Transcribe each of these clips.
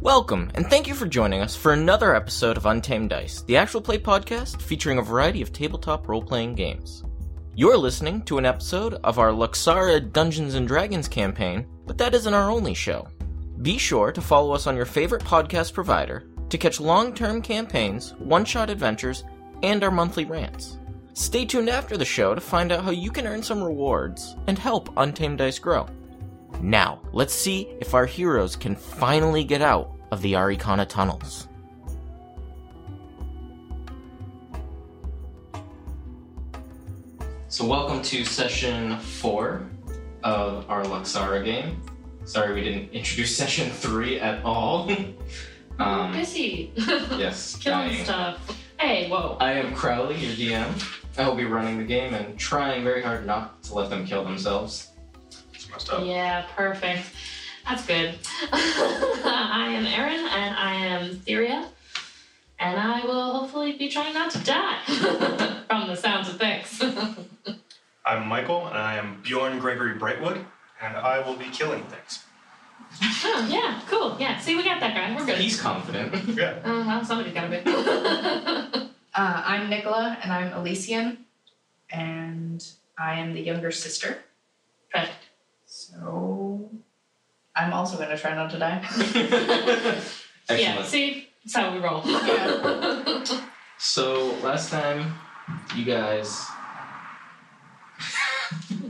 Welcome, and thank you for joining us for another episode of Untamed Dice, the actual play podcast featuring a variety of tabletop role playing games. You're listening to an episode of our Luxara Dungeons and Dragons campaign, but that isn't our only show. Be sure to follow us on your favorite podcast provider to catch long term campaigns, one shot adventures, and our monthly rants. Stay tuned after the show to find out how you can earn some rewards and help Untamed Dice grow. Now, let's see if our heroes can finally get out of the Arikana tunnels. So, welcome to session four of our Luxara game. Sorry we didn't introduce session three at all. I'm um, busy yes, killing Diane. stuff. Hey, whoa. I am Crowley, your DM. I will be running the game and trying very hard not to let them kill themselves. It's messed up. Yeah, perfect. That's good. I am Erin and I am Theria, and I will hopefully be trying not to die from the sounds of things. Oh, I'm Michael, and I am Bjorn Gregory Brightwood, and I will be killing things. oh, yeah, cool. Yeah, see, we got that guy. We're good. He's confident. Yeah. Uh huh, somebody's gotta be. Uh, I'm Nicola, and I'm Elysian, and I am the younger sister. perfect. So I'm also going to try not to die. Yeah, Excellent. see, that's how we roll. So last time, you guys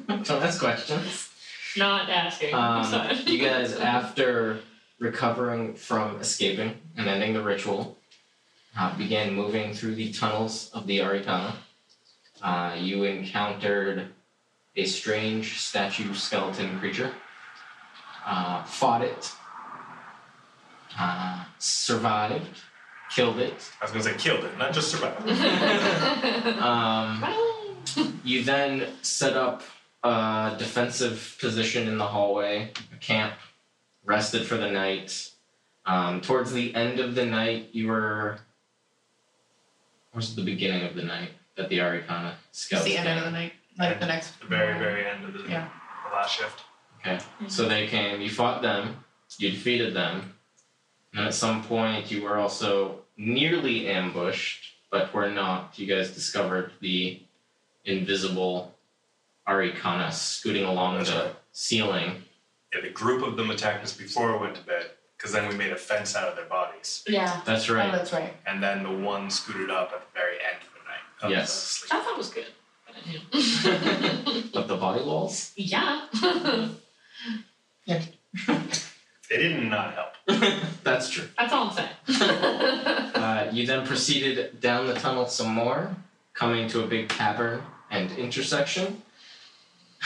don't ask questions. Not asking. I'm Um, sorry. you guys, after recovering from escaping and ending the ritual, uh, began moving through the tunnels of the Arikana. Uh, you encountered a strange statue skeleton creature, uh, fought it, uh, survived, killed it. I was gonna say killed it, not just survived. Um, Well, You then set up a defensive position in the hallway, a camp, rested for the night. Um, towards the end of the night, you were. Or was it the beginning of the night that the Arikana It's scouts the end came? of the night, like the next. The very, very end of the, Yeah. the last shift. So they came, you fought them, you defeated them, and at some point you were also nearly ambushed, but were not. You guys discovered the invisible Arikana scooting along That's the right. ceiling. Yeah, the group of them attacked us before we went to bed, because then we made a fence out of their bodies, yeah, That's Oh, right. that's right. and then the one scooted up at the very end of the night. I was Yes. asleep. I thought it was good. But I knew. But the body walls? Yeah. They did not help. That's true. That's all I'm saying. Uh, you then proceeded down the tunnel some more, coming to a big cavern and intersection.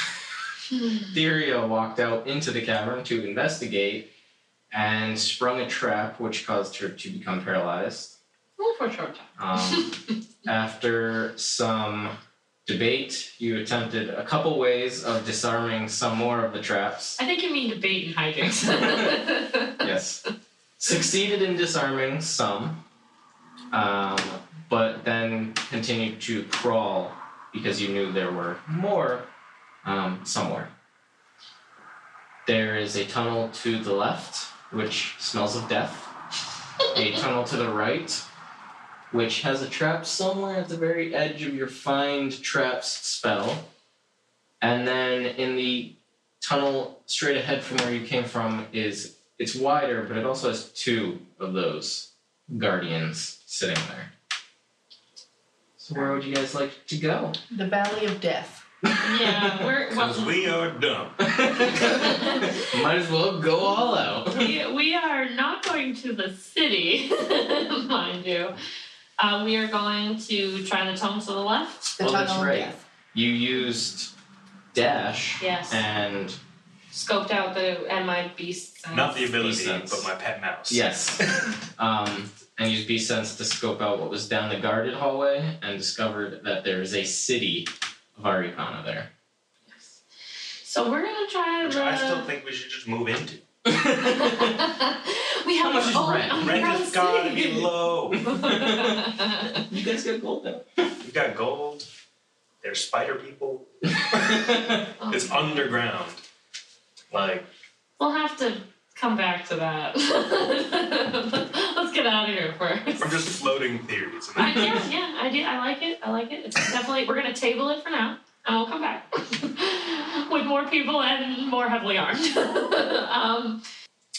Theria walked out into the cavern to investigate and sprung a trap which caused her to become paralyzed. Only for a short time. Um, after some debate, you attempted a couple ways of disarming some more of the traps. I think you mean debate and hijinks. yes. Succeeded in disarming some, um, but then continued to crawl because you knew there were more um, somewhere. There is a tunnel to the left, which smells of death, a tunnel to the right, which has a trap somewhere at the very edge of your find traps spell. And then in the tunnel straight ahead from where you came from is it's wider, but it also has two of those guardians sitting there. So where would you guys like to go? The Valley of Death. yeah, we're Because well, we are dumb. Might as well go all out. we, we are not going to the city, mind you. Uh, we are going to try the tunnel to the left. The Well, Oh, that's Tunnel of right. Death. You used dash Yes. and Scoped out the and my beasts. And Not the ability, Sense. but my pet mouse. yes, um, and used B sense to scope out what was down the guarded hallway and discovered that there is a city of Arikana there. So we're gonna try Which the. I still think we should just move into. we How have much is our own rent? Rent underground has gotta be city. low. you guys got gold We've got gold. There's spider people. now. Oh. It's underground. Like, We'll have to come back to that. Let's get out of here first. I'm just floating theories. I, yeah, yeah, I do. I like it. I like it. It's definitely we're gonna table it for now, and we'll come back with more people and more heavily armed. um,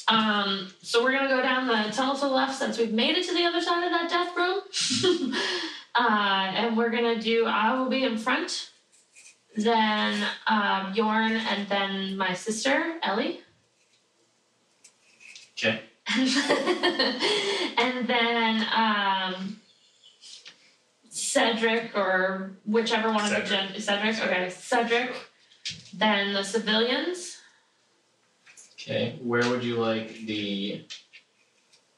um, so we're gonna go down the tunnel to the left since we've made it to the other side of that death room, uh, and we're gonna do. I will be in front, then um, Yorn, and then my sister Ellie. Okay. and then um, Cedric or whichever one of the Cedric. gen- Cedric. Okay, Cedric. Then the civilians. Okay. Where would you like the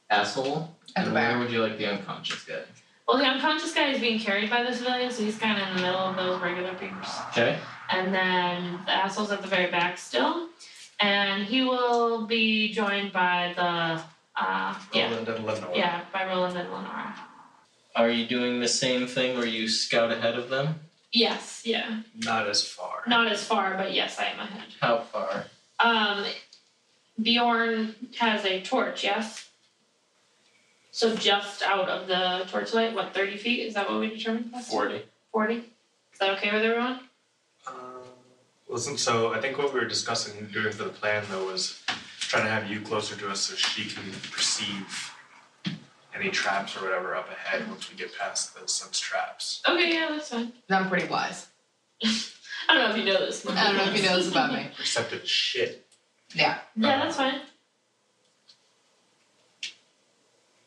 asshole? At the and back. Where would you like the unconscious guy? Well, the unconscious guy is being carried by the civilians, so he's kind of in the middle of those regular beavers. Okay. And then the asshole's at the very back still, and he will be joined by the uh, yeah Roland and Lenore. yeah by Roland and Lenora. Are you doing the same thing where you scout ahead of them? Yes, yeah, Not as far. not as far, but yes, I am ahead. How far? Um, Bjorn has a torch, yes? So just out of the torch light, what, 30 feet? Is that what we determined? last time? Forty. 40? Is that okay with everyone? Um, Listen, so I think what we were discussing during the plan though was trying to have you closer to us so she can perceive any traps or whatever up ahead once we get past those sense traps. Okay, yeah, that's fine. I'm pretty wise. I don't know if you know this. I don't know if you know this about me. Perceptive shit. Yeah. yeah, that's fine.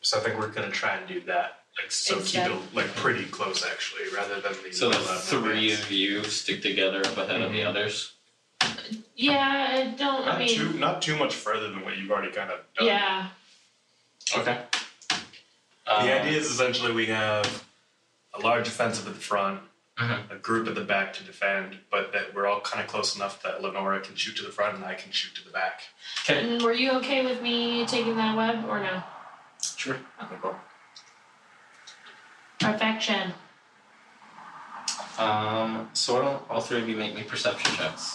So I think we're gonna try and do that. Like so keep Exactly. it like pretty close actually, rather than these So the little, uh, three movements. of you stick together up ahead of the Mhm. others. Yeah, I don't, I Not mean, too not too much further than what you've already kind of done. yeah. Okay. Um, The idea is essentially we have a large offensive at the front, Mhm. a group at the back to defend, but that we're all kind of close enough that Lenora can shoot to the front and I can shoot to the back. And were you okay with me taking that web or no? Sure. Okay, cool. Perfection. Um, so why don't all three of you make me perception checks?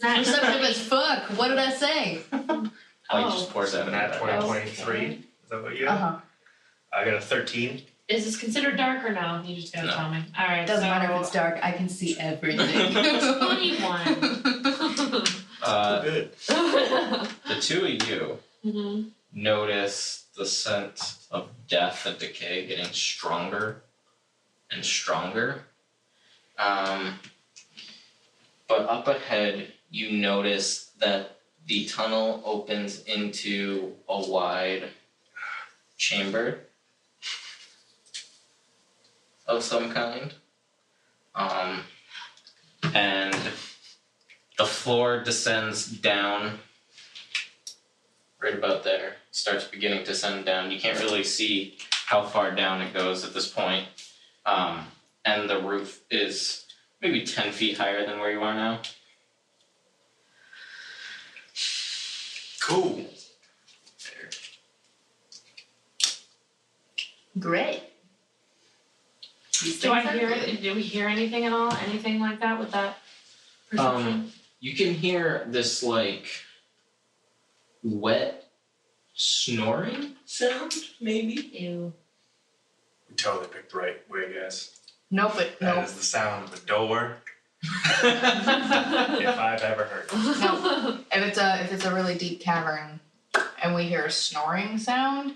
Perceptive as fuck. What did I say? Like Oh, just pours out of Nat that. 2023. Is that what you Uh got? huh. I got a 13. is this considered dark or no? You just gotta No. tell me. All right. It doesn't so matter if it's dark. I can see everything. Twenty-one. Uh, Good. mm-hmm. the two of you notice the scent of death and decay getting stronger and stronger. Um, but up ahead, you notice that the tunnel opens into a wide chamber of some kind. Um, and the floor descends down right about there starts beginning to send down you can't really see how far down it goes at this point um, and the roof is maybe 10 feet higher than where you are now Cool. Great. Do I hear? Do we hear anything at all? Anything like that with that perception? Um, you can hear this like wet snoring sound maybe Ew. We totally picked the right way, guys. No, but That no. is the sound of a door, if Yeah. I've ever heard. If it's a if it's a really deep cavern, and we hear a snoring sound,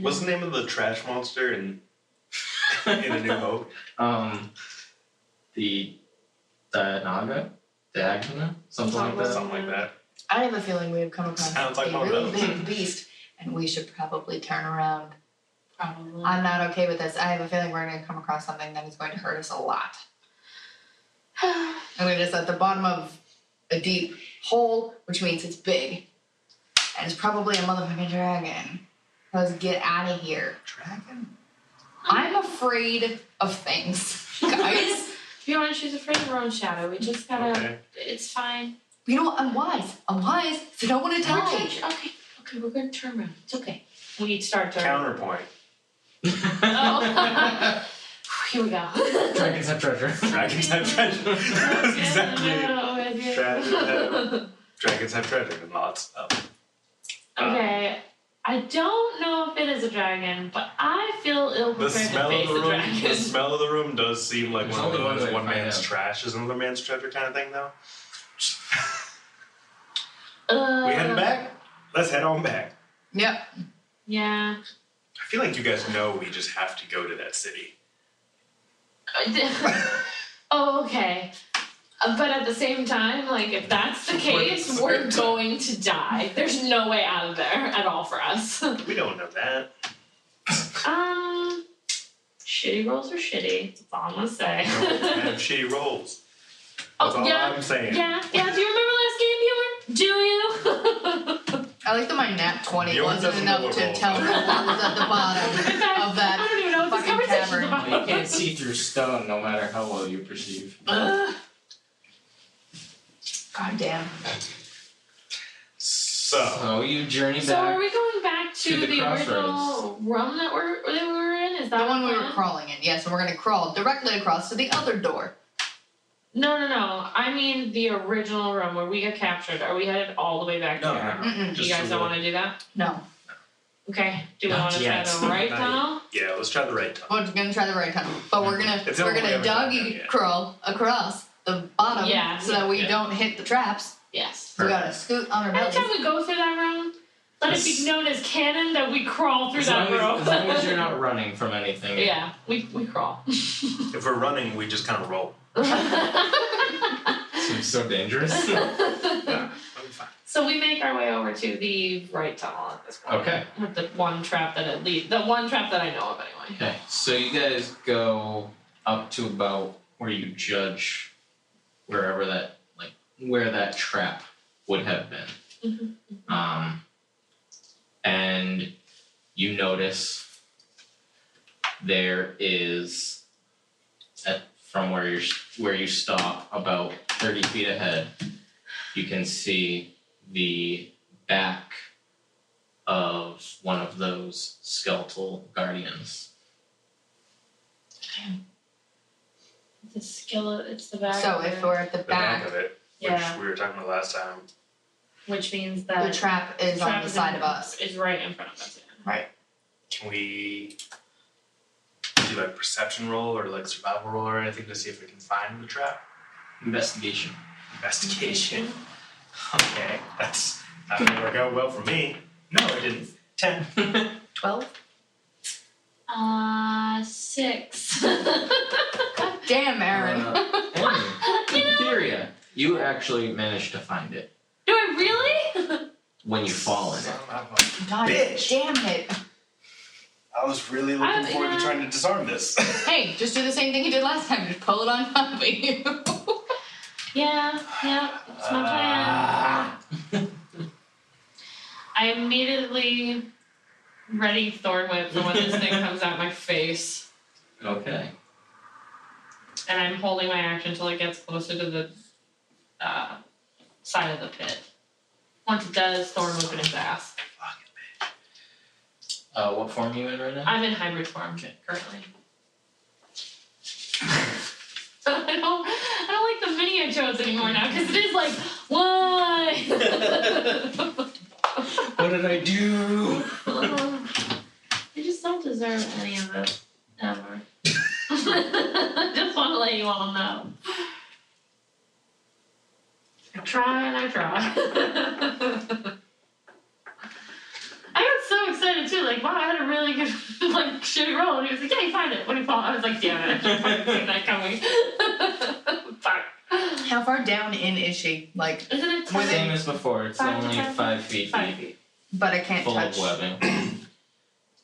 What's the name of the trash monster in, in A New Hope? um the dianaga diagona something like that Something like that. I have a feeling we have come across Sounds like a one of really those. big beast, and we should probably turn around. Probably. I'm not okay with this. I have a feeling we're going to come across something that is going to hurt us a lot. And we're just at the bottom of a deep hole, which means it's big, and it's probably a motherfucking dragon. Let's get out of here. Dragon? I'm afraid of things, guys. If you want, she's afraid of her own shadow. We just gotta. Okay. It's fine. you know what? I'm wise. I'm wise. So don't want to We're die. good. Okay. Okay. We're gonna turn around. It's okay. We start turning. Counterpoint. Oh. Here we go. dragons have treasure Dragons have treasure. That's exactly. Yeah, idea. Dragon head. Dragons have treasure and lots of. it. Um, okay. I don't know if it is a dragon, but I feel ill The prepared smell to of face the a room. The dragon. smell of the room does seem like There's one of only one those way to one find man's out. trash is another man's treasure kind of thing, though. Uh, we heading back? Let's head on back. Yep. Yeah. I feel like you guys know we just have to go to that city. oh, okay. Uh, But at the same time, like if that's the case, we're going to die. There's no way out of there at all for us. We don't know that. um, shitty rolls are shitty. That's all I'm gonna say. We don't have shitty rolls. That's oh all yeah, I'm saying. yeah, yeah. Do you remember last game, Humor? Do you? I like that my nat 20 Yours wasn't doesn't enough roll. to tell me what was at the In bottom fact, of that I don't even know what this fucking conversation's cavern. about. You can't see through stone no matter how well you perceive. Ugh. God damn. So, So Oh, you journey So are back. we going back to, To the the, original crossroads. room that we're that we were in? Is that The one we what- were crawling in, yes, and we're gonna crawl directly across to the other door. No, no, no. I mean the original room where we got captured. Are we headed all the way back No, there? Mm-mm. You just guys a don't little- want to do that? No. Okay. Do we Not want to try yet. the right Not tunnel? yeah, let's try the right tunnel. We're gonna try the right tunnel, but we're gonna It's the we're only way gonna I've ever doggy done it. crawl across the bottom Yeah, so that we yeah. don't hit the traps. Yes. We gotta scoot on our bellies. Anytime we go through that room, let it Yes. be known as canon that we crawl through As that long as, room. as long as you're not running from anything. yeah, we we crawl. If we're running, we just kind of roll. Seems so dangerous. Yeah, I'm fine. so we make our way over to the right tunnel at this point. Okay. With the one trap that at least the one trap that I know of anyway. Okay, so you guys go up to about where you judge wherever that like where that trap would have been. Um, and you notice there is at from where you where you stop about thirty feet ahead, you can see the back of one of those skeletal guardians. The skillet, it's the back. so if we're at the The back, back, of it, which Yeah. we were talking about last time. which means the that trap is on trap the is side in- of us. Is right in front of us. yeah. Can we do like perception roll or like survival roll or anything to see if we can find the trap? Investigation. Investigation. Okay, that's that didn't work out well for me. No, it didn't. Ten. Twelve? Uh, six. you Damn, Aaron. Uh, Aaron, know, Theria, you actually managed to find it do I really? when you fall in it. Son of a- God bitch. damn it. I was really looking I'm- forward yeah. to trying to disarm this. Hey, just do the same thing you did last time. Just pull it on top of you. yeah, yeah, it's my plan. Ah. I immediately ready thorn whip for when this thing comes out my face, Okay. and I'm holding my action until it gets closer to the uh, side of the pit. Once it does, thorn whip in its ass. Fucking bitch. Uh, what form are you in right now? I'm in hybrid form Okay. currently. I don't, I don't like the mini I chose anymore now because it is like, why? What did I do? Uh-huh. you just don't deserve any of it ever. just want to let you all know. I try and I try. I got so excited too. Like, wow, I had a really good, like, shitty roll. And he was like, yeah, you find it. What do you fall? I was like, damn it, I should have fucking seen that coming. Fuck. How far down in is she? Like, Isn't it Were Same ten? as before. It's Five to only ten? five feet Five deep, feet. but I can't full touch. of webbing.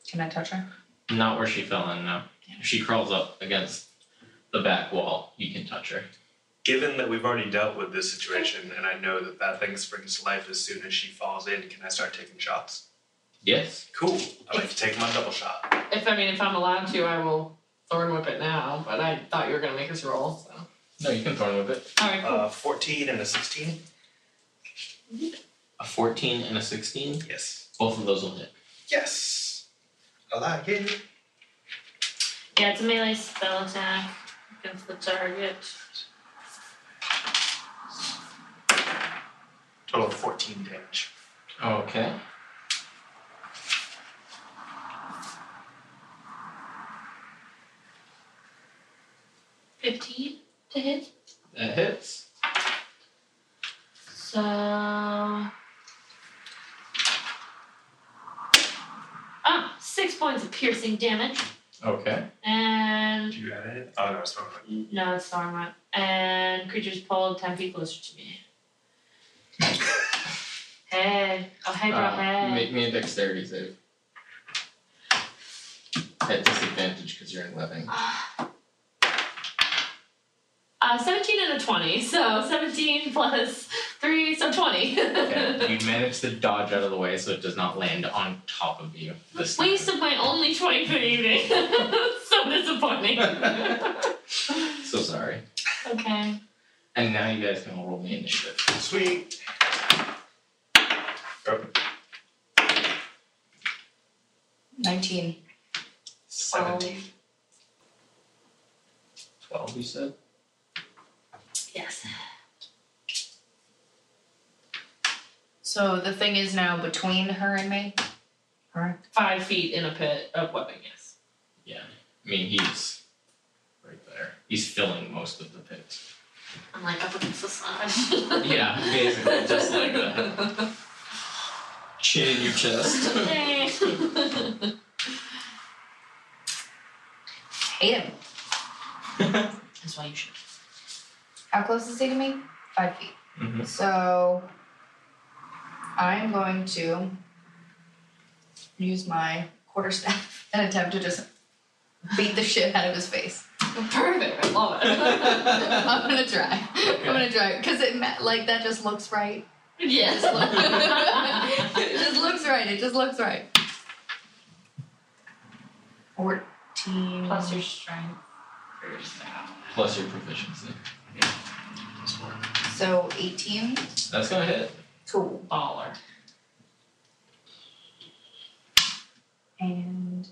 Can I touch her? Not where she fell in. No. If she crawls up against the back wall, you can touch her. Given that we've already dealt with this situation, and I know that that thing springs to life as soon as she falls in, can I start taking shots? Yes. Cool. I'd like to take my double shot. If I mean, if I'm allowed to, I will thorn whip it now. But I thought you were gonna make us roll. So. No, you can thorn whip it. All right, cool. Uh, 14 and a 16? A 14 and a 16. Yes. Both of those will hit. Yes. I like it. yeah, it's a melee spell attack against the target. Total of 14 damage. Okay. Fifteen to hit. That hits. So. Ah, Ah, six points of piercing damage. Okay. And. Do you add it? Oh, no, it's not. right. No, it's not right. And creature's pulled 10 feet closer to me. hey. Oh, hey, bro, Uh, hey. make me a dexterity save. At disadvantage because you're in living. Uh, 17 and a 20. So 17 plus 3, so 20. Okay. you manage to dodge out of the way so it does not land on top of you. This time. Waste of my only 20 for the evening. so disappointing. So sorry. okay. And now you guys can all roll me initiative. Sweet. Oh, 19. 17. 12, you said? Yes. So the thing is now between her and me. Correct. Five feet in a pit of weapon, yes. I mean, he's right there. He's filling most of the pit. I'm like up against the sun. Yeah, basically, just like that. Chin in your chest. Hey. Hate him. That's why you should. How close is he to me? Five feet. Mhm. So I'm going to use my quarterstaff and attempt to just beat the shit out of his face. Perfect. I love it. I'm gonna try. I'm gonna try because it ma- like that just looks right. yes. It just looks right. It just looks right. Fourteen Plus your strength. Or your style. Plus your proficiency. Oh. so eighteen. That's gonna hit. Cool. Baller. And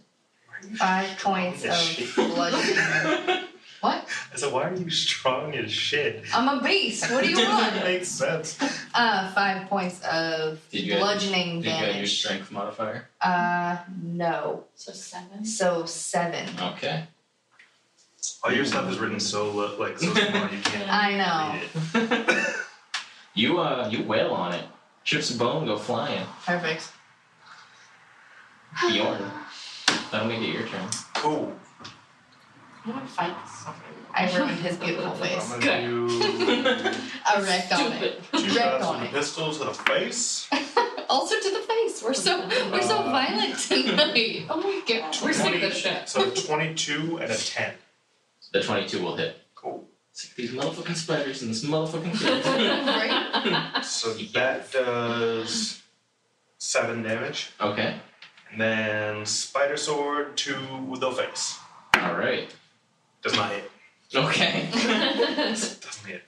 five points of bludgeoning. what? I said, why are you strong as shit? I'm a beast. What do you Didn't want? even make sense. Uh, five points of Did you add- bludgeoning Did you add your damage. strength modifier? Uh, no. So seven. So seven. Okay. All your stuff is written so lo- like so small you can't I read know. it. you uh, you wail on it. Chips of bone go flying. Perfect. Bjorn. That'll make it your turn. Cool. You want to fight something? I ruined his beautiful face. I'm Good. gonna do A wreck on Stupid. it. two Direct shots on with it. the pistol to the face. Also to the face. We're so we're so Uh. violent tonight. Oh my god. We're sick of this shit. So 22 and a 10. The 22 will hit. Cool. Sick of these motherfucking spiders and this motherfucking kid. Right? So that does seven damage, okay. and then spider sword to the face. All right. Does not hit. Okay. it's Doesn't hit.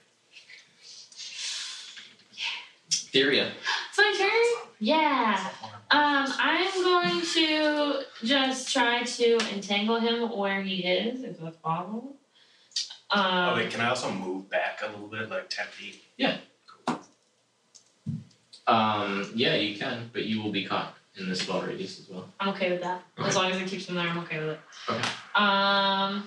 Theria. my turn? Yeah. Um, I'm going to just try to entangle him where he is, if that's possible. Oh Um, wait, can I also move back a little bit, like 10 feet? Um, yeah, you can, but you will be caught in this spell radius as well. I'm okay with that. Okay. As long as it keeps him there, I'm okay with it. Okay. Um.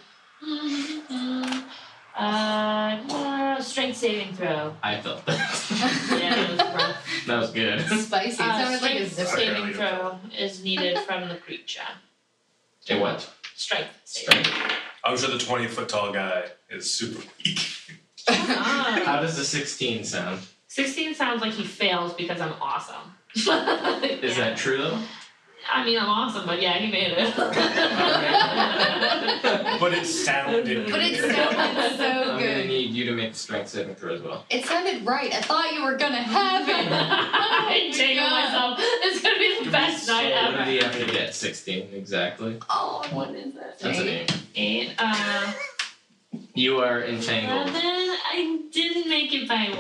Uh, strength saving throw. I felt that. Yeah, it was rough. that was good. Spicy. It Uh, sounded like a strength zipper. saving throw is needed from the creature. Hey, what? Strength. saving. Strength. I'm sure the 20 foot tall guy is super weak. Ah. How does the 16 sound? 16 sounds like he fails because I'm awesome. Is that true though? I mean, I'm awesome, but yeah, he made it. Alright. But it sounded But it good. sounded so I'm gonna good. need you to make the strength saving throw as well. It sounded right. I thought you were gonna have Oh it. Oh I'm taking God. myself. It's gonna be the best So night What ever. do you have to get? 16, exactly. Oh, what is That's an it? aim. Eight. Uh, You are eleven. entangled. I didn't make it by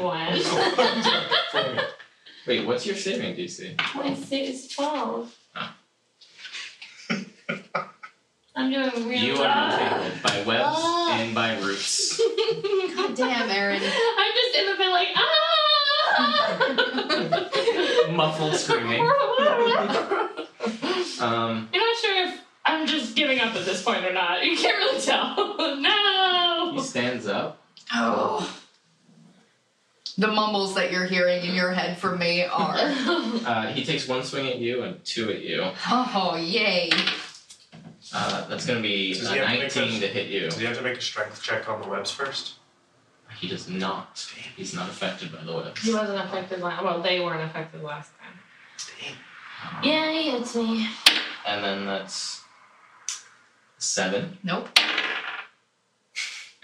one. Wait, what's your saving DC? My save is twelve. I'm doing real You are well. entangled by webs Ah. and by roots. God damn, Erin. I'm just in the bed like ah. muffled screaming. Um, You're not sure if I'm just giving up at this point or not. You can't really tell. he no. stands up. Oh. The mumbles that you're hearing in your head for me are. Uh, he takes one swing at you and two at you. oh, yay. Uh, that's gonna be Does a he have to make 19 to hit you. Do you have to make a strength check on the webs first? He does not. He's not affected by the he webs. wasn't affected last. Well, they weren't affected last time. Um, Yeah, he hits me. And then that's seven Nope.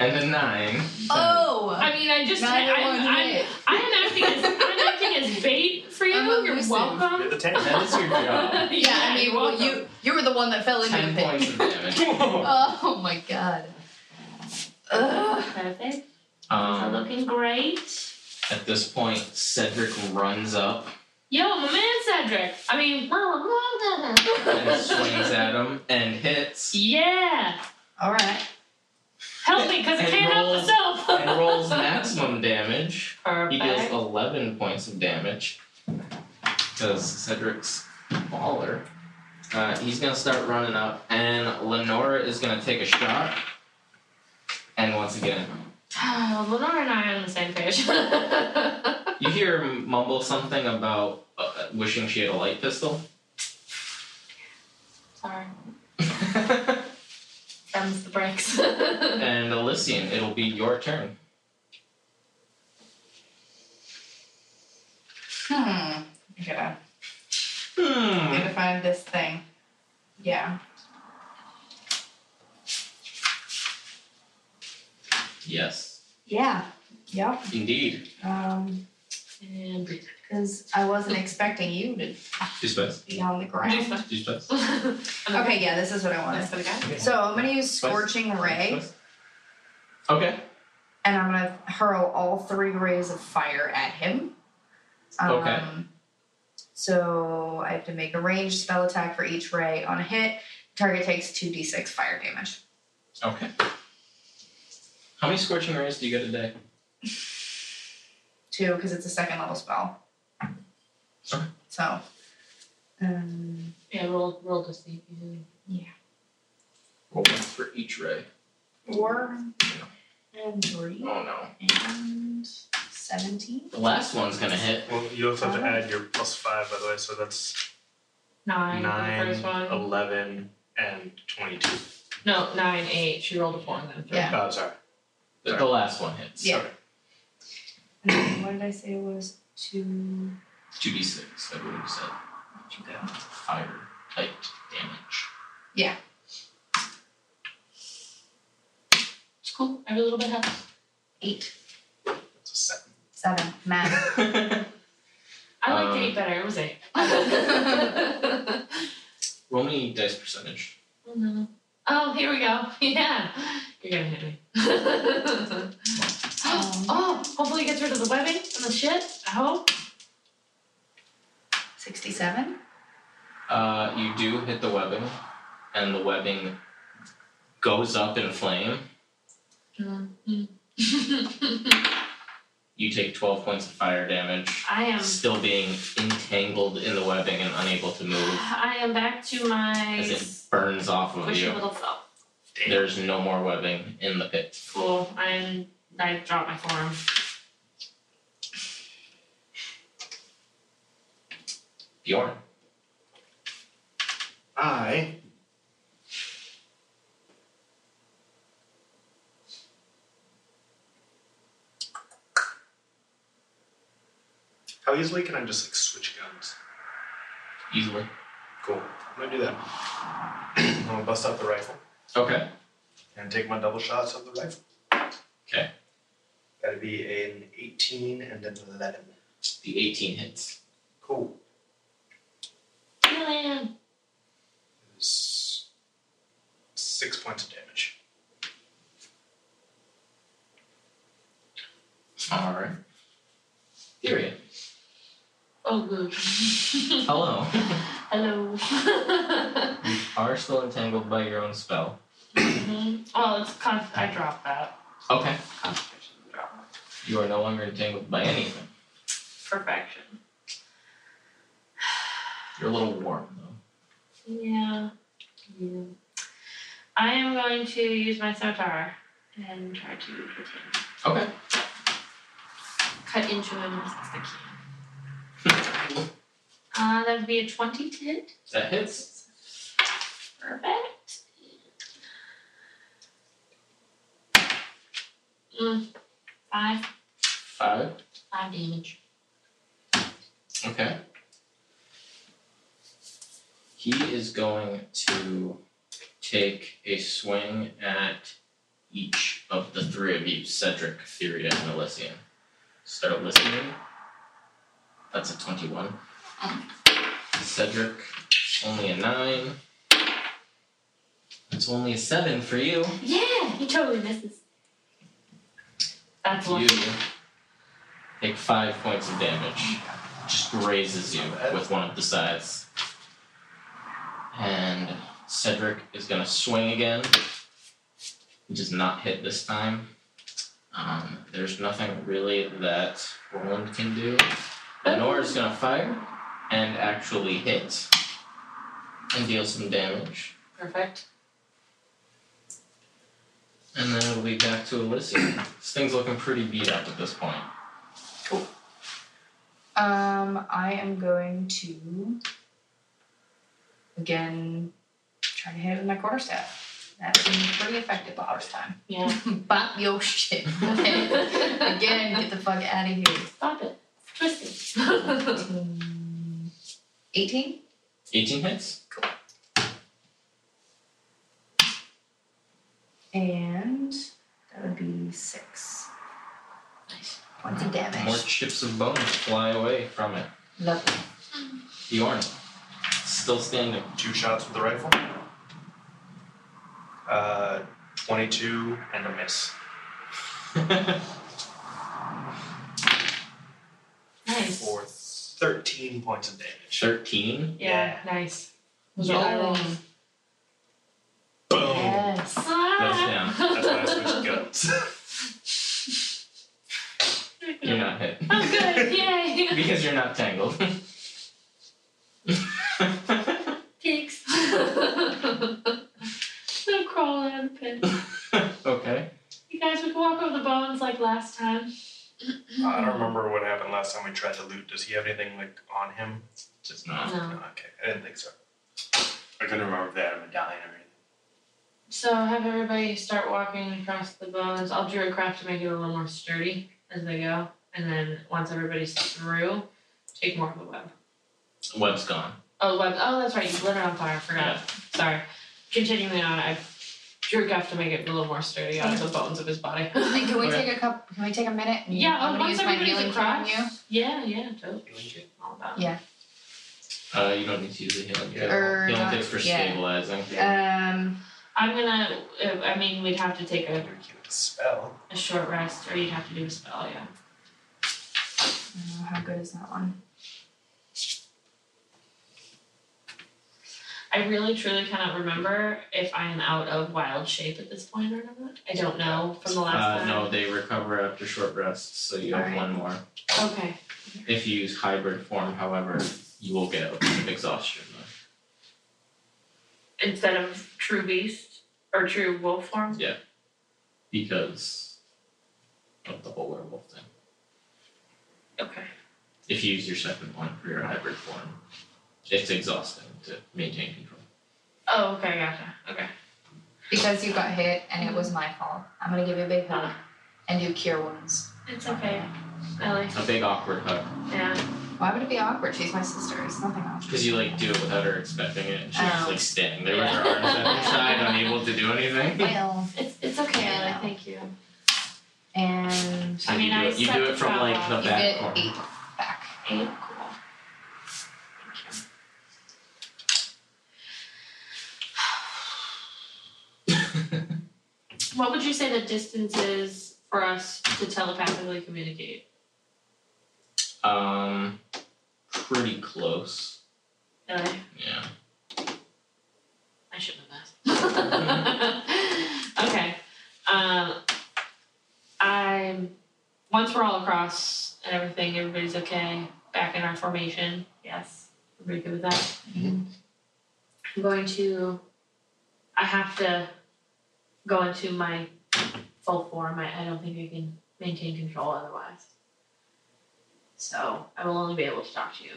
and a nine. Oh! I mean, I just I, Neither one I, hit. I, am acting as I'm acting as bait for you. I'm You're elusive. You're welcome. the tank. That is your job. Yeah, I mean, you're well, welcome. you you were the one that fell into Ten the points of pit. damage. Oh my god. Ugh. Perfect. Um, looking great. At this point, Cedric runs up Yo, my man Cedric. I mean, and swings at him and hits yeah. Alright. Help me, cause I And can't help rolls- myself. and rolls maximum damage. He deals Perfect. 11 points of damage because Cedric's a baller. Uh, he's going to start running up, and Lenora is going to take a shot. And once again, Lenore Oh, and I are on the same page. you hear her mumble something about uh, wishing she had a light pistol. Sorry, and thumbs the brakes. I Elysian, it'll be your turn. Hmm. Yeah. Hmm. Gotta find this thing. Yeah. Yes, Yeah. Yep. indeed. Um, because I wasn't expecting you to Two spice. be on the ground. Two spice. Okay, yeah, this is what I wanted. So I'm gonna use Scorching Ray, Okay. and I'm gonna hurl all three rays of fire at him. Um, Okay. So I have to make a ranged spell attack for each ray. On a hit, target takes two d6 fire damage. Okay. How many scorching rays do you get a day? Two, because it's a second level spell. Okay. So, um, Yeah, roll, roll to see. Roll one for each ray. four and three Oh no. and seventeen. The last one's gonna hit. Well, you also have to add your plus five, by the way, so that's Nine. nine, The first one. Oh. 11, and 22. No, nine, eight. She rolled a four and then a three. Yeah. Oh, sorry. The, the last one hits. Yeah. Sorry. And then what did I say was two? Two d six. I believe you said Where'd you go? fire type damage. It's cool. Every little bit helps. Eight, That's a seven. seven, nine. I liked Um, eight better. It was eight. oh Roll me dice percentage. no. Oh, here we go. Yeah. You're gonna hit me. oh, hopefully it gets rid of the webbing and the shit. I hope. 67? Uh, you do hit the webbing, and the webbing goes up in flame. You take twelve points of fire damage. I am. Still being entangled in the webbing and unable to move. I am back to as oh, my it burns off of squishy you. little self. There's no more webbing in the pit. Cool. I'm. I dropped my forearm. Bjorn. I How easily can I just like switch guns? Easily. Cool. I'm gonna do that. I'm gonna bust out the rifle Okay. and take my double shots of the rifle. 'Kay. That'd be an 18 and an 11. The 18 hits. Cool. Feeling. It's six points of damage. Alright. Period. Oh, good. Hello. Hello. you are still entangled by your own spell. Mhm. Well, it's con- I dropped that. Okay. Concentration drop. You are no longer entangled by anything. Perfection. You're a little warm though. Yeah. yeah. I am going to use my scimitar and try to hit him. Okay. Cut into him as best I can. Uh, that would be a 20 to hit. That hits. Perfect. Mm, five, Five. five damage. Okay. He is going to take a swing at each of the three of you, Cedric, Theria, and Elysian. Start Elysian. That's a 21. Cedric, only a 9. That's only a 7 for you. Yeah, he totally misses. That's You lucky. take 5 points of damage. Just grazes you with one of the sides. And Cedric is going to swing again. He does not hit this time. Um, there's nothing really that Roland can do. Lenore is going to fire and actually hit and deal some damage. Perfect. And then it'll be back to Elysium. this thing's looking pretty beat up at this point. Um, I am going to again try to hit it with my quarterstaff. That seemed pretty effective last time. Yeah. Bop yo shit. Okay. again, get the fuck out of here. Stop it. Twist it. Eighteen. 18 hits? And that would be six. Nice. Points of damage. More chips of bones fly away from it. Lovely. Bjorn, still standing. Two shots with the rifle. Uh, 22 and a miss. Nice. For 13 points of damage. 13. Yeah, nice. Those Yeah. are high rolls. Oh. Boom. Yes. That's That's why I switched guns. You're not hit. I'm Oh, good. Yay. Because you're not tangled. Pigs. They'll crawl out of the pit. okay. You guys would walk over the bones like last time. I don't remember what happened last time we tried to loot. Does he have anything like on him? Just not. No, No. okay. I didn't think so. I couldn't remember if they had a medallion or anything. So have everybody start walking across the bones. I'll do a craft to make it a little more sturdy as they go. And then once everybody's through, take more of the web. Web's gone. Oh, web. Oh, that's right. You lit it on fire. I forgot. Sorry. Continuing on, I drew a craft to make it a little more sturdy out of the bones of his body. Hey, Can we Okay. take a cup? Can we take a minute? and Yeah, oh, I'm gonna once use my everybody's healing across. from you. yeah, yeah, totally. Healing kit? All about. Yeah. Uh, you don't need to use the healing. kit. Er, healing not- kit's for yeah. stabilizing. Um, I'm gonna. uh, I mean, we'd have to take I a, don't get a spell. a short rest, or you'd have to do a spell. Yeah. oh, how good is that one? I really truly cannot remember if I am out of wild shape at this point or not. I don't know from the last Uh, time. no, they recover after short rests, so you have Alright. one more. Okay. If you use hybrid form, however, you will get a point of exhaustion. Instead of true beast or true wolf form. Because of the whole werewolf thing. Okay. if you use your second one for your hybrid form, it's exhausting to maintain control. Oh, okay, gotcha. Okay. Because you got hit and it was my fault. I'm gonna give you a big hug and do cure wounds. It's okay. Ellie. A big awkward hug Yeah. Why would it be awkward? She's my sister. It's nothing awkward. because you like do it without her expecting it. And she's just Oh. like standing there with her arms at her side, unable to do anything. Well, It's it's okay, Yeah, I Ellie. know. Thank you. and So I mean, you do I it, you set do the it from like the you back trap get corner. eight back. Eight. Cool. Thank you. What would you say the distance is for us to telepathically communicate? um, pretty close. Ellie? Yeah. I shouldn't have asked. okay. Um, I'm once we're all across and everything, everybody's okay, back in our formation. Yes. Everybody good with that? I'm going to. I have to go into my full form. I, I don't think I can maintain control otherwise. So I will only be able to talk to you.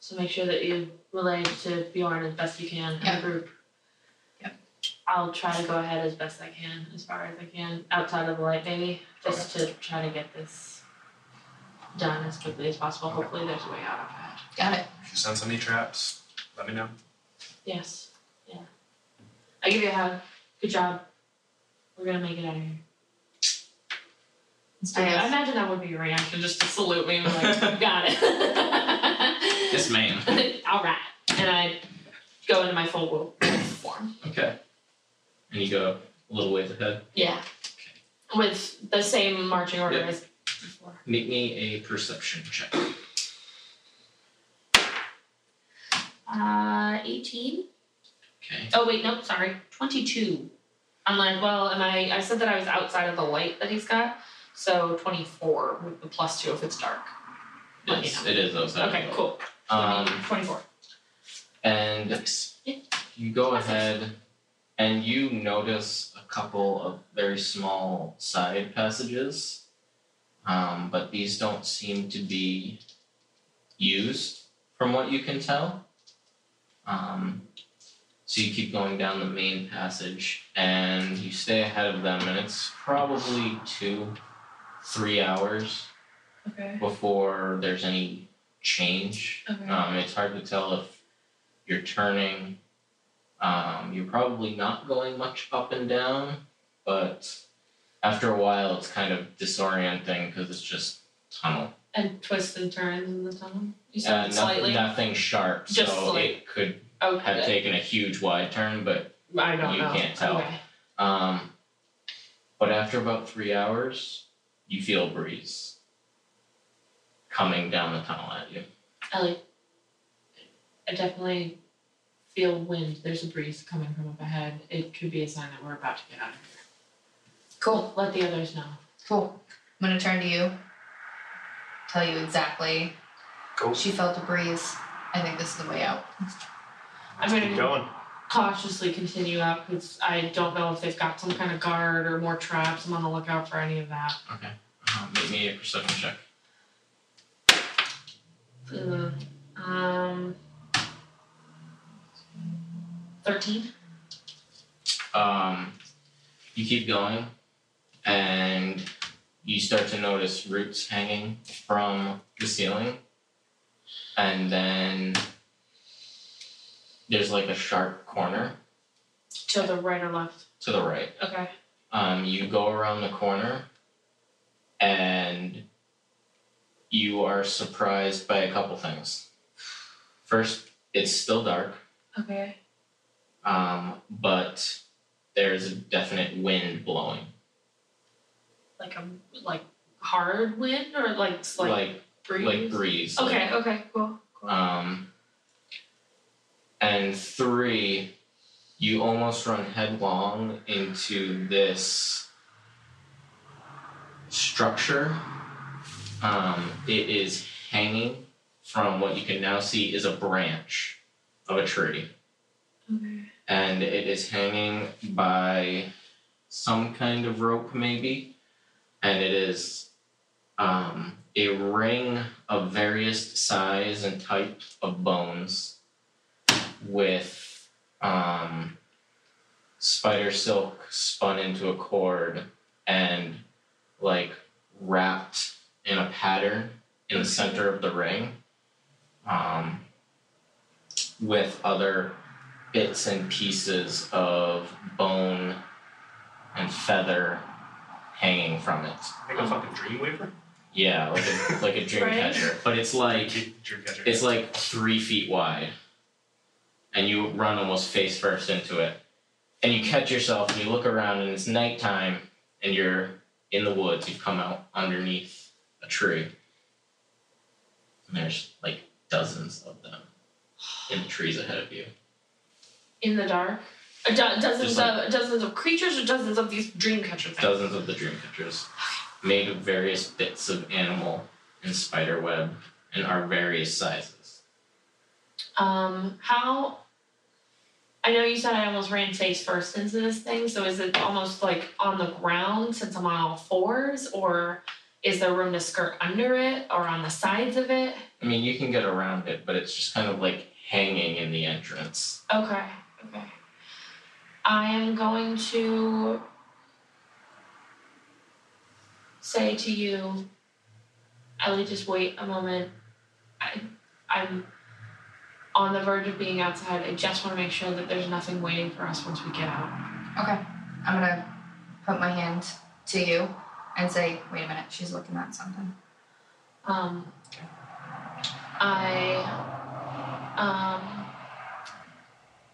So make sure that you relay to Bjorn as best you can in Yeah. the group. Yep. I'll try to go ahead as best I can, as far as I can, outside of the light maybe, just to try to get this done as quickly as possible. Hopefully there's a way out of it. Got it. If you sense any traps, let me know. Yes. Yeah. I give you a hug. Good job. We're gonna make it out of here. Let's do I, this. I imagine that would be your reaction, just to salute me and be like, "Got it." Yes, ma'am. All right. And I go into my full wo- form. Okay. And you go a little ways ahead. Yeah. With the same marching order Yeah. as before. Make me a perception check. Uh, eighteen. Okay. Oh wait, nope. Sorry, twenty-two. I'm like, well, am I? I said that I was outside of the light that he's got, so twenty-four with the plus two if it's dark. Let me It's, know. it is outside. Okay, cool. Um, Twenty-four. and Yeah. you go ahead and you notice a couple of very small side passages, um, but these don't seem to be used from what you can tell. Um, so you keep going down the main passage and you stay ahead of them, and it's probably two, three hours Okay. before there's any change Okay. um, it's hard to tell if you're turning. Um, you're probably not going much up and down, but after a while, it's kind of disorienting because it's just tunnel. And twists and turns in the tunnel. Uh, You said noth- slightly. nothing sharp, Just so slight. it could have okay. taken a huge wide turn, but I don't you know. can't tell. Okay. Um, but after about three hours, you feel a breeze coming down the tunnel at you. Ellie, I definitely feel wind. There's a breeze coming from up ahead. It could be a sign that we're about to get out of here. Cool. Let the others know. Cool. I'm gonna turn to you. Tell you exactly. Cool. She felt a breeze. I think this is the way out. I'm gonna Keep going. cautiously continue up because I don't know if they've got some kind of guard or more traps. I'm on the lookout for any of that. Uh, make me a perception check. Ugh. Um, thirteen. um, you keep going and you start to notice roots hanging from the ceiling and then there's like a sharp corner To the right or left. to the right Okay. um, you go around the corner and you are surprised by a couple things first it's still dark Okay. um, but there's a definite wind blowing Like a like hard wind or like it's like, like breeze. like breeze. like- Okay. Okay. Cool. Cool. um, and three, you almost run headlong into this structure. Um, it is hanging from what you can now see is a branch of a tree okay. and it is hanging by some kind of rope, maybe. And it is um, a ring of various size and type of bones with um, spider silk spun into a cord and like wrapped in a pattern in the center of the ring um, with other bits and pieces of bone and feather hanging from it. Like a fucking dreamweaver? Yeah, like a like a dream Right. catcher. But it's like Dreamcatcher. it's like three feet wide. And you run almost face first into it. And you catch yourself and you look around and it's nighttime and you're in the woods. You've come out underneath a tree. And there's like dozens of them in the trees ahead of you. In the dark. Uh, do- dozens Just like- of dozens of creatures or dozens of these dream catcher things. dozens of the dream catchers made of various bits of animal and spider web and are various sizes Um, how? I know you said I almost ran face first into this thing, so is it almost like on the ground since I'm on all fours, or is there room to skirt under it or on the sides of it? I mean, you can get around it, but it's just kind of like hanging in the entrance. Okay, okay. I am going to say to you, Ellie, just wait a moment. I, I'm on the verge of being outside. I just want to make sure that there's nothing waiting for us once we get out. Okay. I'm gonna put my hand to you and say, wait a minute, she's looking at something. Um, I, um,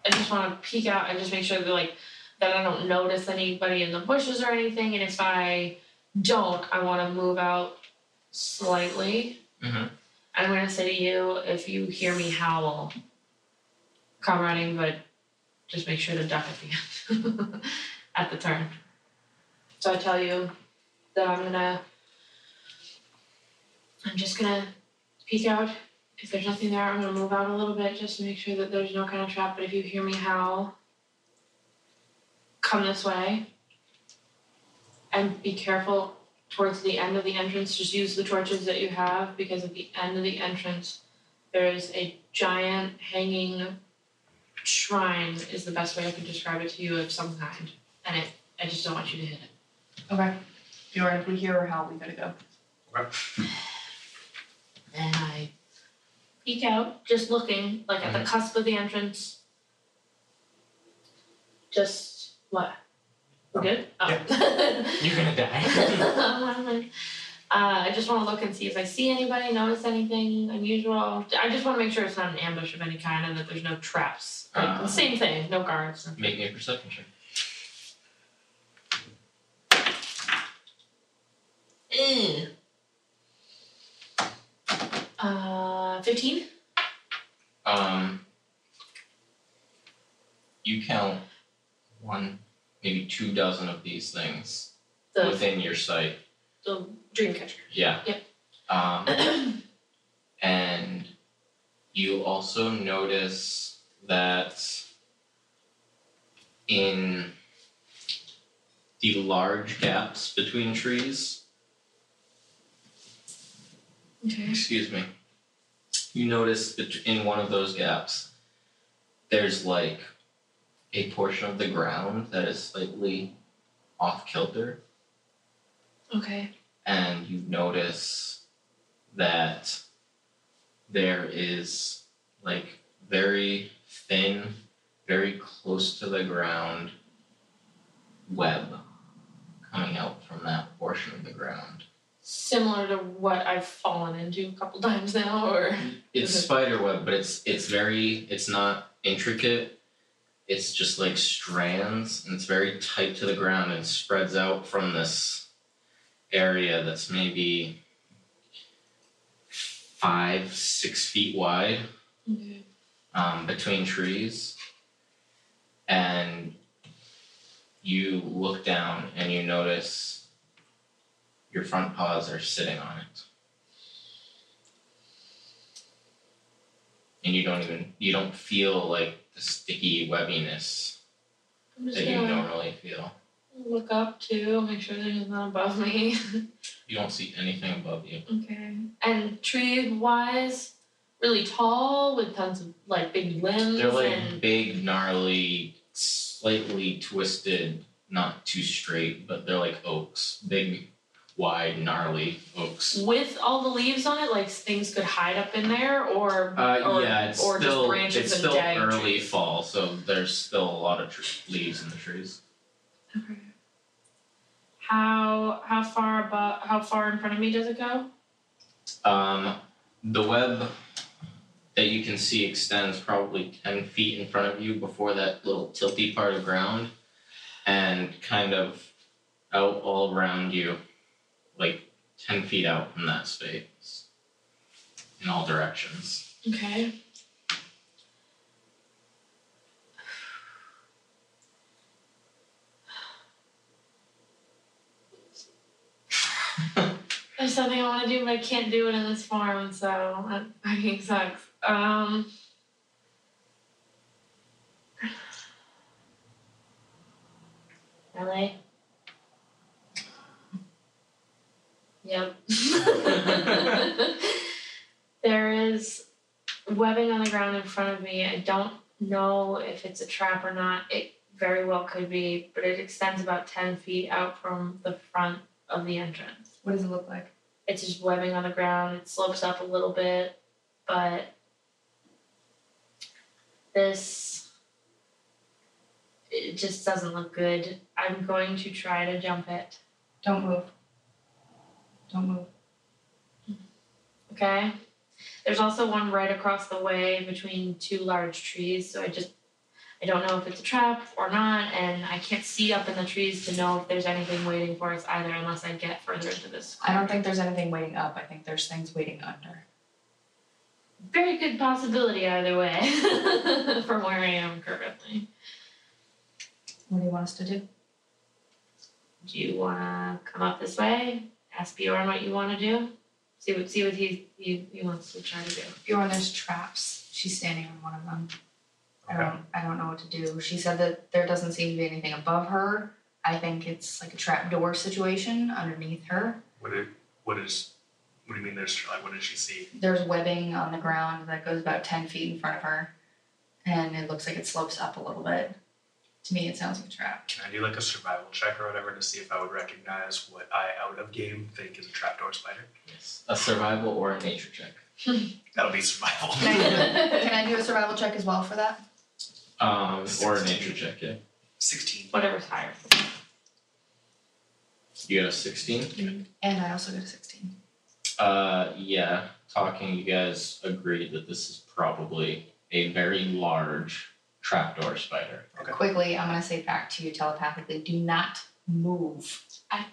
I just want to peek out and just make sure that like that I don't notice anybody in the bushes or anything. And if I don't, I want to move out slightly. Mhm. I'm gonna say to you, if you hear me howl, come running, but just make sure to duck at the end, at the turn. So I tell you that I'm gonna. I'm just gonna peek out. If there's nothing there, I'm gonna move out a little bit just to make sure that there's no kind of trap. But if you hear me howl, come this way. And be careful towards the end of the entrance. Just use the torches that you have because at the end of the entrance, there is a giant hanging shrine, is the best way I could describe it to you, of some kind. And it, I just don't want you to hit it. Okay. Jordan, if we hear her howl, we gotta go. And I peek out, just looking, like at the cusp of the entrance. Just what? We Good? Oh. You're gonna die. Uh, I just want to look and see if I see anybody, notice anything unusual. I just want to make sure it's not an ambush of any kind and that there's no traps. Like, Uh. same thing, no guards. Make me a perception check. Mm. Uh, 15? Um, you count one, maybe two dozen of these things The, within your sight. the dream catcher. Yeah. Yep. Um, and you also notice that in the large gaps between trees, Okay. excuse me, you notice bet- in one of those gaps, there's like a portion of the ground that is slightly off kilter. Okay. and you notice that there is like very thin, very close to the ground web coming out from that portion of the ground. Similar to what I've fallen into a couple times now, or. It's Okay. spider web, but it's it's very it's not intricate. It's just like strands and it's very tight to the ground and spreads out from this area that's maybe five, six feet wide Okay. um, between trees. And you look down and you notice your front paws are sitting on it. And you don't even you don't feel like the sticky webbiness I'm just that you gonna normally feel. look up too, make sure there's nothing above me. You don't see anything above you. Okay. And tree wise, really tall with tons of like big limbs They're like and big, gnarly, slightly twisted, not too straight, but they're like oaks. Big, wide, gnarly oaks. with all the leaves on it, like things could hide up in there or Uh, or, yeah, it's or just still branches it's and still dead early trees. fall, so there's still a lot of tr- leaves in the trees. Okay. How how far above how far in front of me does it go? Um, the web that you can see extends probably ten feet in front of you before that little tilty part of ground, and kind of out all around you, like ten feet out from that space, in all directions. Okay. There's something I want to do, but I can't do it in this form, so that fucking sucks. Um, Really? Yep. there is webbing on the ground in front of me. I don't know if it's a trap or not. It very well could be, but it extends about 10 feet out from the front of the entrance What does it look like? it's just webbing on the ground. It slopes up a little bit, but this it just doesn't look good. I'm going to try to jump it. Don't move. Don't move. Okay. There's also one right across the way between two large trees, so I just I don't know if it's a trap or not, and I can't see up in the trees to know if there's anything waiting for us either, unless I get further into this. I don't think there's anything waiting up. I think there's things waiting under. Very good possibility either way from where I am currently. What do you want us to do? Do you wanna come up this way? Ask Bjorn what you wanna do? See what see what he he, he wants to try to do. Bjorn, there's traps. She's standing on one of them. I don't I don't know what to do. She said that there doesn't seem to be anything above her. I think it's like a trap door situation underneath her. What it, what is, what do you mean there's, like, what did she see? There's webbing on the ground that goes about ten feet in front of her. And it looks like it slopes up a little bit. To me it sounds like a trap. Can I do like a survival check or whatever to see if I would recognize what I out of game think is a trapdoor spider? Yes. A survival or a nature check. That'll be survival. Can I, can I do a survival check as well for that? Um, or a Sixteen. nature check, yeah. Sixteen. Whatever's higher. You got a 16? And I also got a sixteen. Uh, yeah. Talking, you guys agreed that this is probably a very large trapdoor spider. Quickly, I'm gonna say back to you telepathically, do not move. I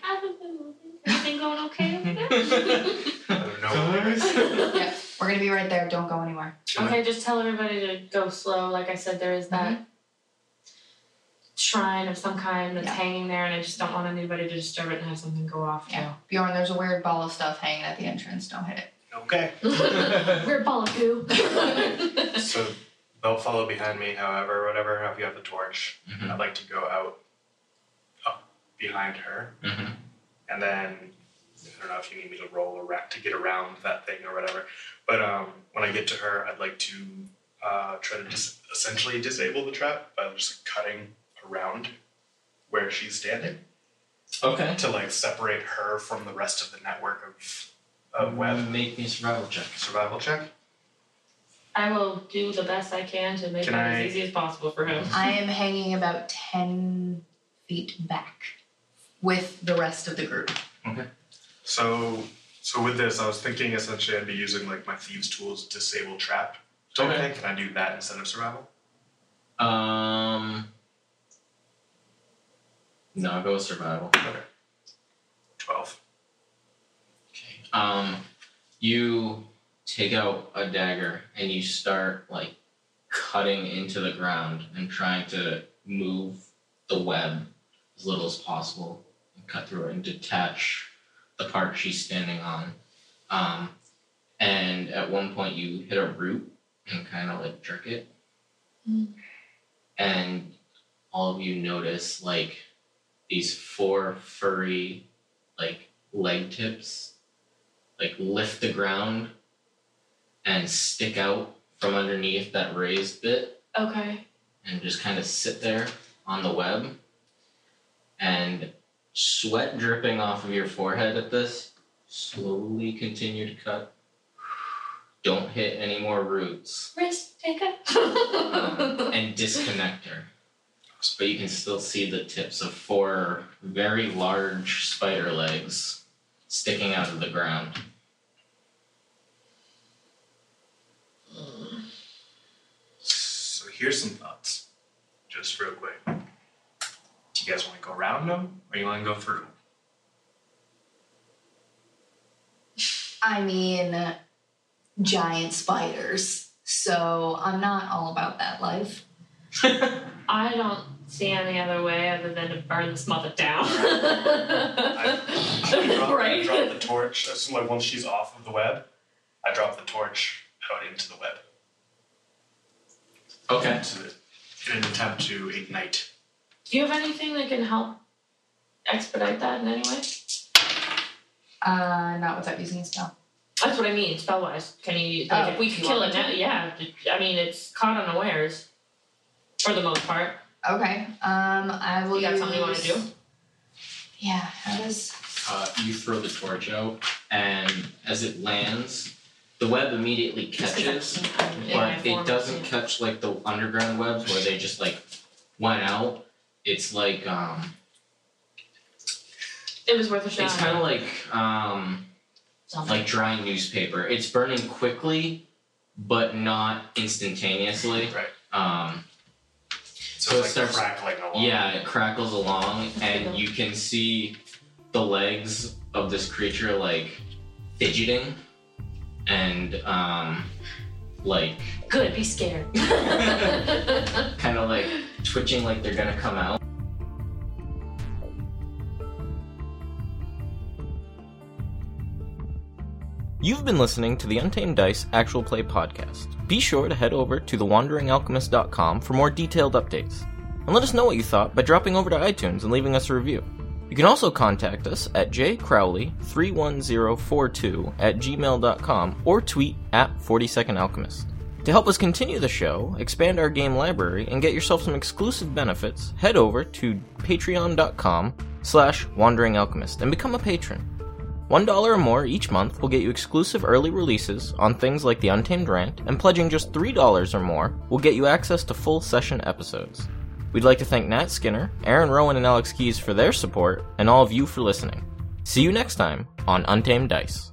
haven't been moving. Everything going okay over there? I don't know. Yeah, we're gonna be right there, don't go anywhere. okay, just tell everybody to go slow. Like I said, there is that shrine of some kind that's Yeah. hanging there and I just don't want anybody to disturb it and have something go off too. Yeah. Bjorn, there's a weird ball of stuff hanging at the entrance, don't hit it. Okay. We're a ball of goo. So they'll follow behind me, however, whatever. If you have the torch, Mhm. I'd like to go out up behind her, Mhm. and then I don't know if you need me to roll a rack to get around that thing or whatever. But um, when I get to her, I'd like to uh, try to dis- essentially disable the trap by just cutting around where she's standing Okay. to like separate her from the rest of the network of Mm-hmm. of web. Uh, Make me a survival check. Survival check. I will do the best I can to make Can it I- as easy as possible for him. I am hanging about 10 feet back with the rest of the group. So, so with this, I was thinking essentially I'd be using like my thieves' tools to disable trap. Don't Okay. think. Can I do that instead of survival? Um. No, I'll go with survival. Twelve. Okay. Um, you take out a dagger and you start like cutting into the ground and trying to move the web as little as possible and cut through it and detach the part she's standing on. Um, and at one point you hit a root and kind of like jerk it. Mm. And all of you notice like these four furry like leg tips like lift the ground and stick out from underneath that raised bit Okay. and just kind of sit there on the web and sweat dripping off of your forehead at this slowly continue to cut don't hit any more roots Risk taker. um, and disconnect her but you can still see the tips of four very large spider legs sticking out of the ground So here's some thoughts, just real quick. Do you guys want to go around them, or you want to go through? I mean, giant spiders. So I'm not all about that life. I don't see any other way other than to burn this mother down. I drop, I right? drop the torch. That's like once she's off of the web, I drop the torch out into the web. okay Into the- in an attempt to ignite Do you have anything that can help expedite that in any way? Uh, not without using a spell. That's what I mean, spell wise. Can you like Oh, if we you could kill it want me now? Yeah, I mean it's caught unawares for the most part. Okay. Um, I will. You got something you wanna use- do? Yeah. How does? Uh, you throw the torch out, and as it lands, the web immediately catches, Yeah, but it form, doesn't yeah. catch like the underground webs where they just like went out. It's like um, It was worth a shot. it's kind of like um. Something. like dry newspaper. It's burning quickly, but not instantaneously. Right. Um, So, So it it's like starts- crackling along. yeah, it crackles along, and you can see the legs of this creature like fidgeting, and um, like Good, be scared. kind of like twitching, like they're gonna come out. You've been listening to the Untamed Dice Actual Play podcast. Be sure to head over to thewanderingalchemist.com for more detailed updates. And let us know what you thought by dropping over to iTunes and leaving us a review. You can also contact us at jcrowley31042 at gmail.com or tweet at 42ndalchemist. To help us continue the show, expand our game library, and get yourself some exclusive benefits, head over to patreon.com slash wanderingalchemist and become a patron. $1 or more each month will get you exclusive early releases on things like The Untamed Rant, and pledging just $3 or more will get you access to full session episodes. We'd like to thank Nat Skinner, Aaron Rowan, and Alex Keys for their support, and all of you for listening. See you next time on Untamed Dice.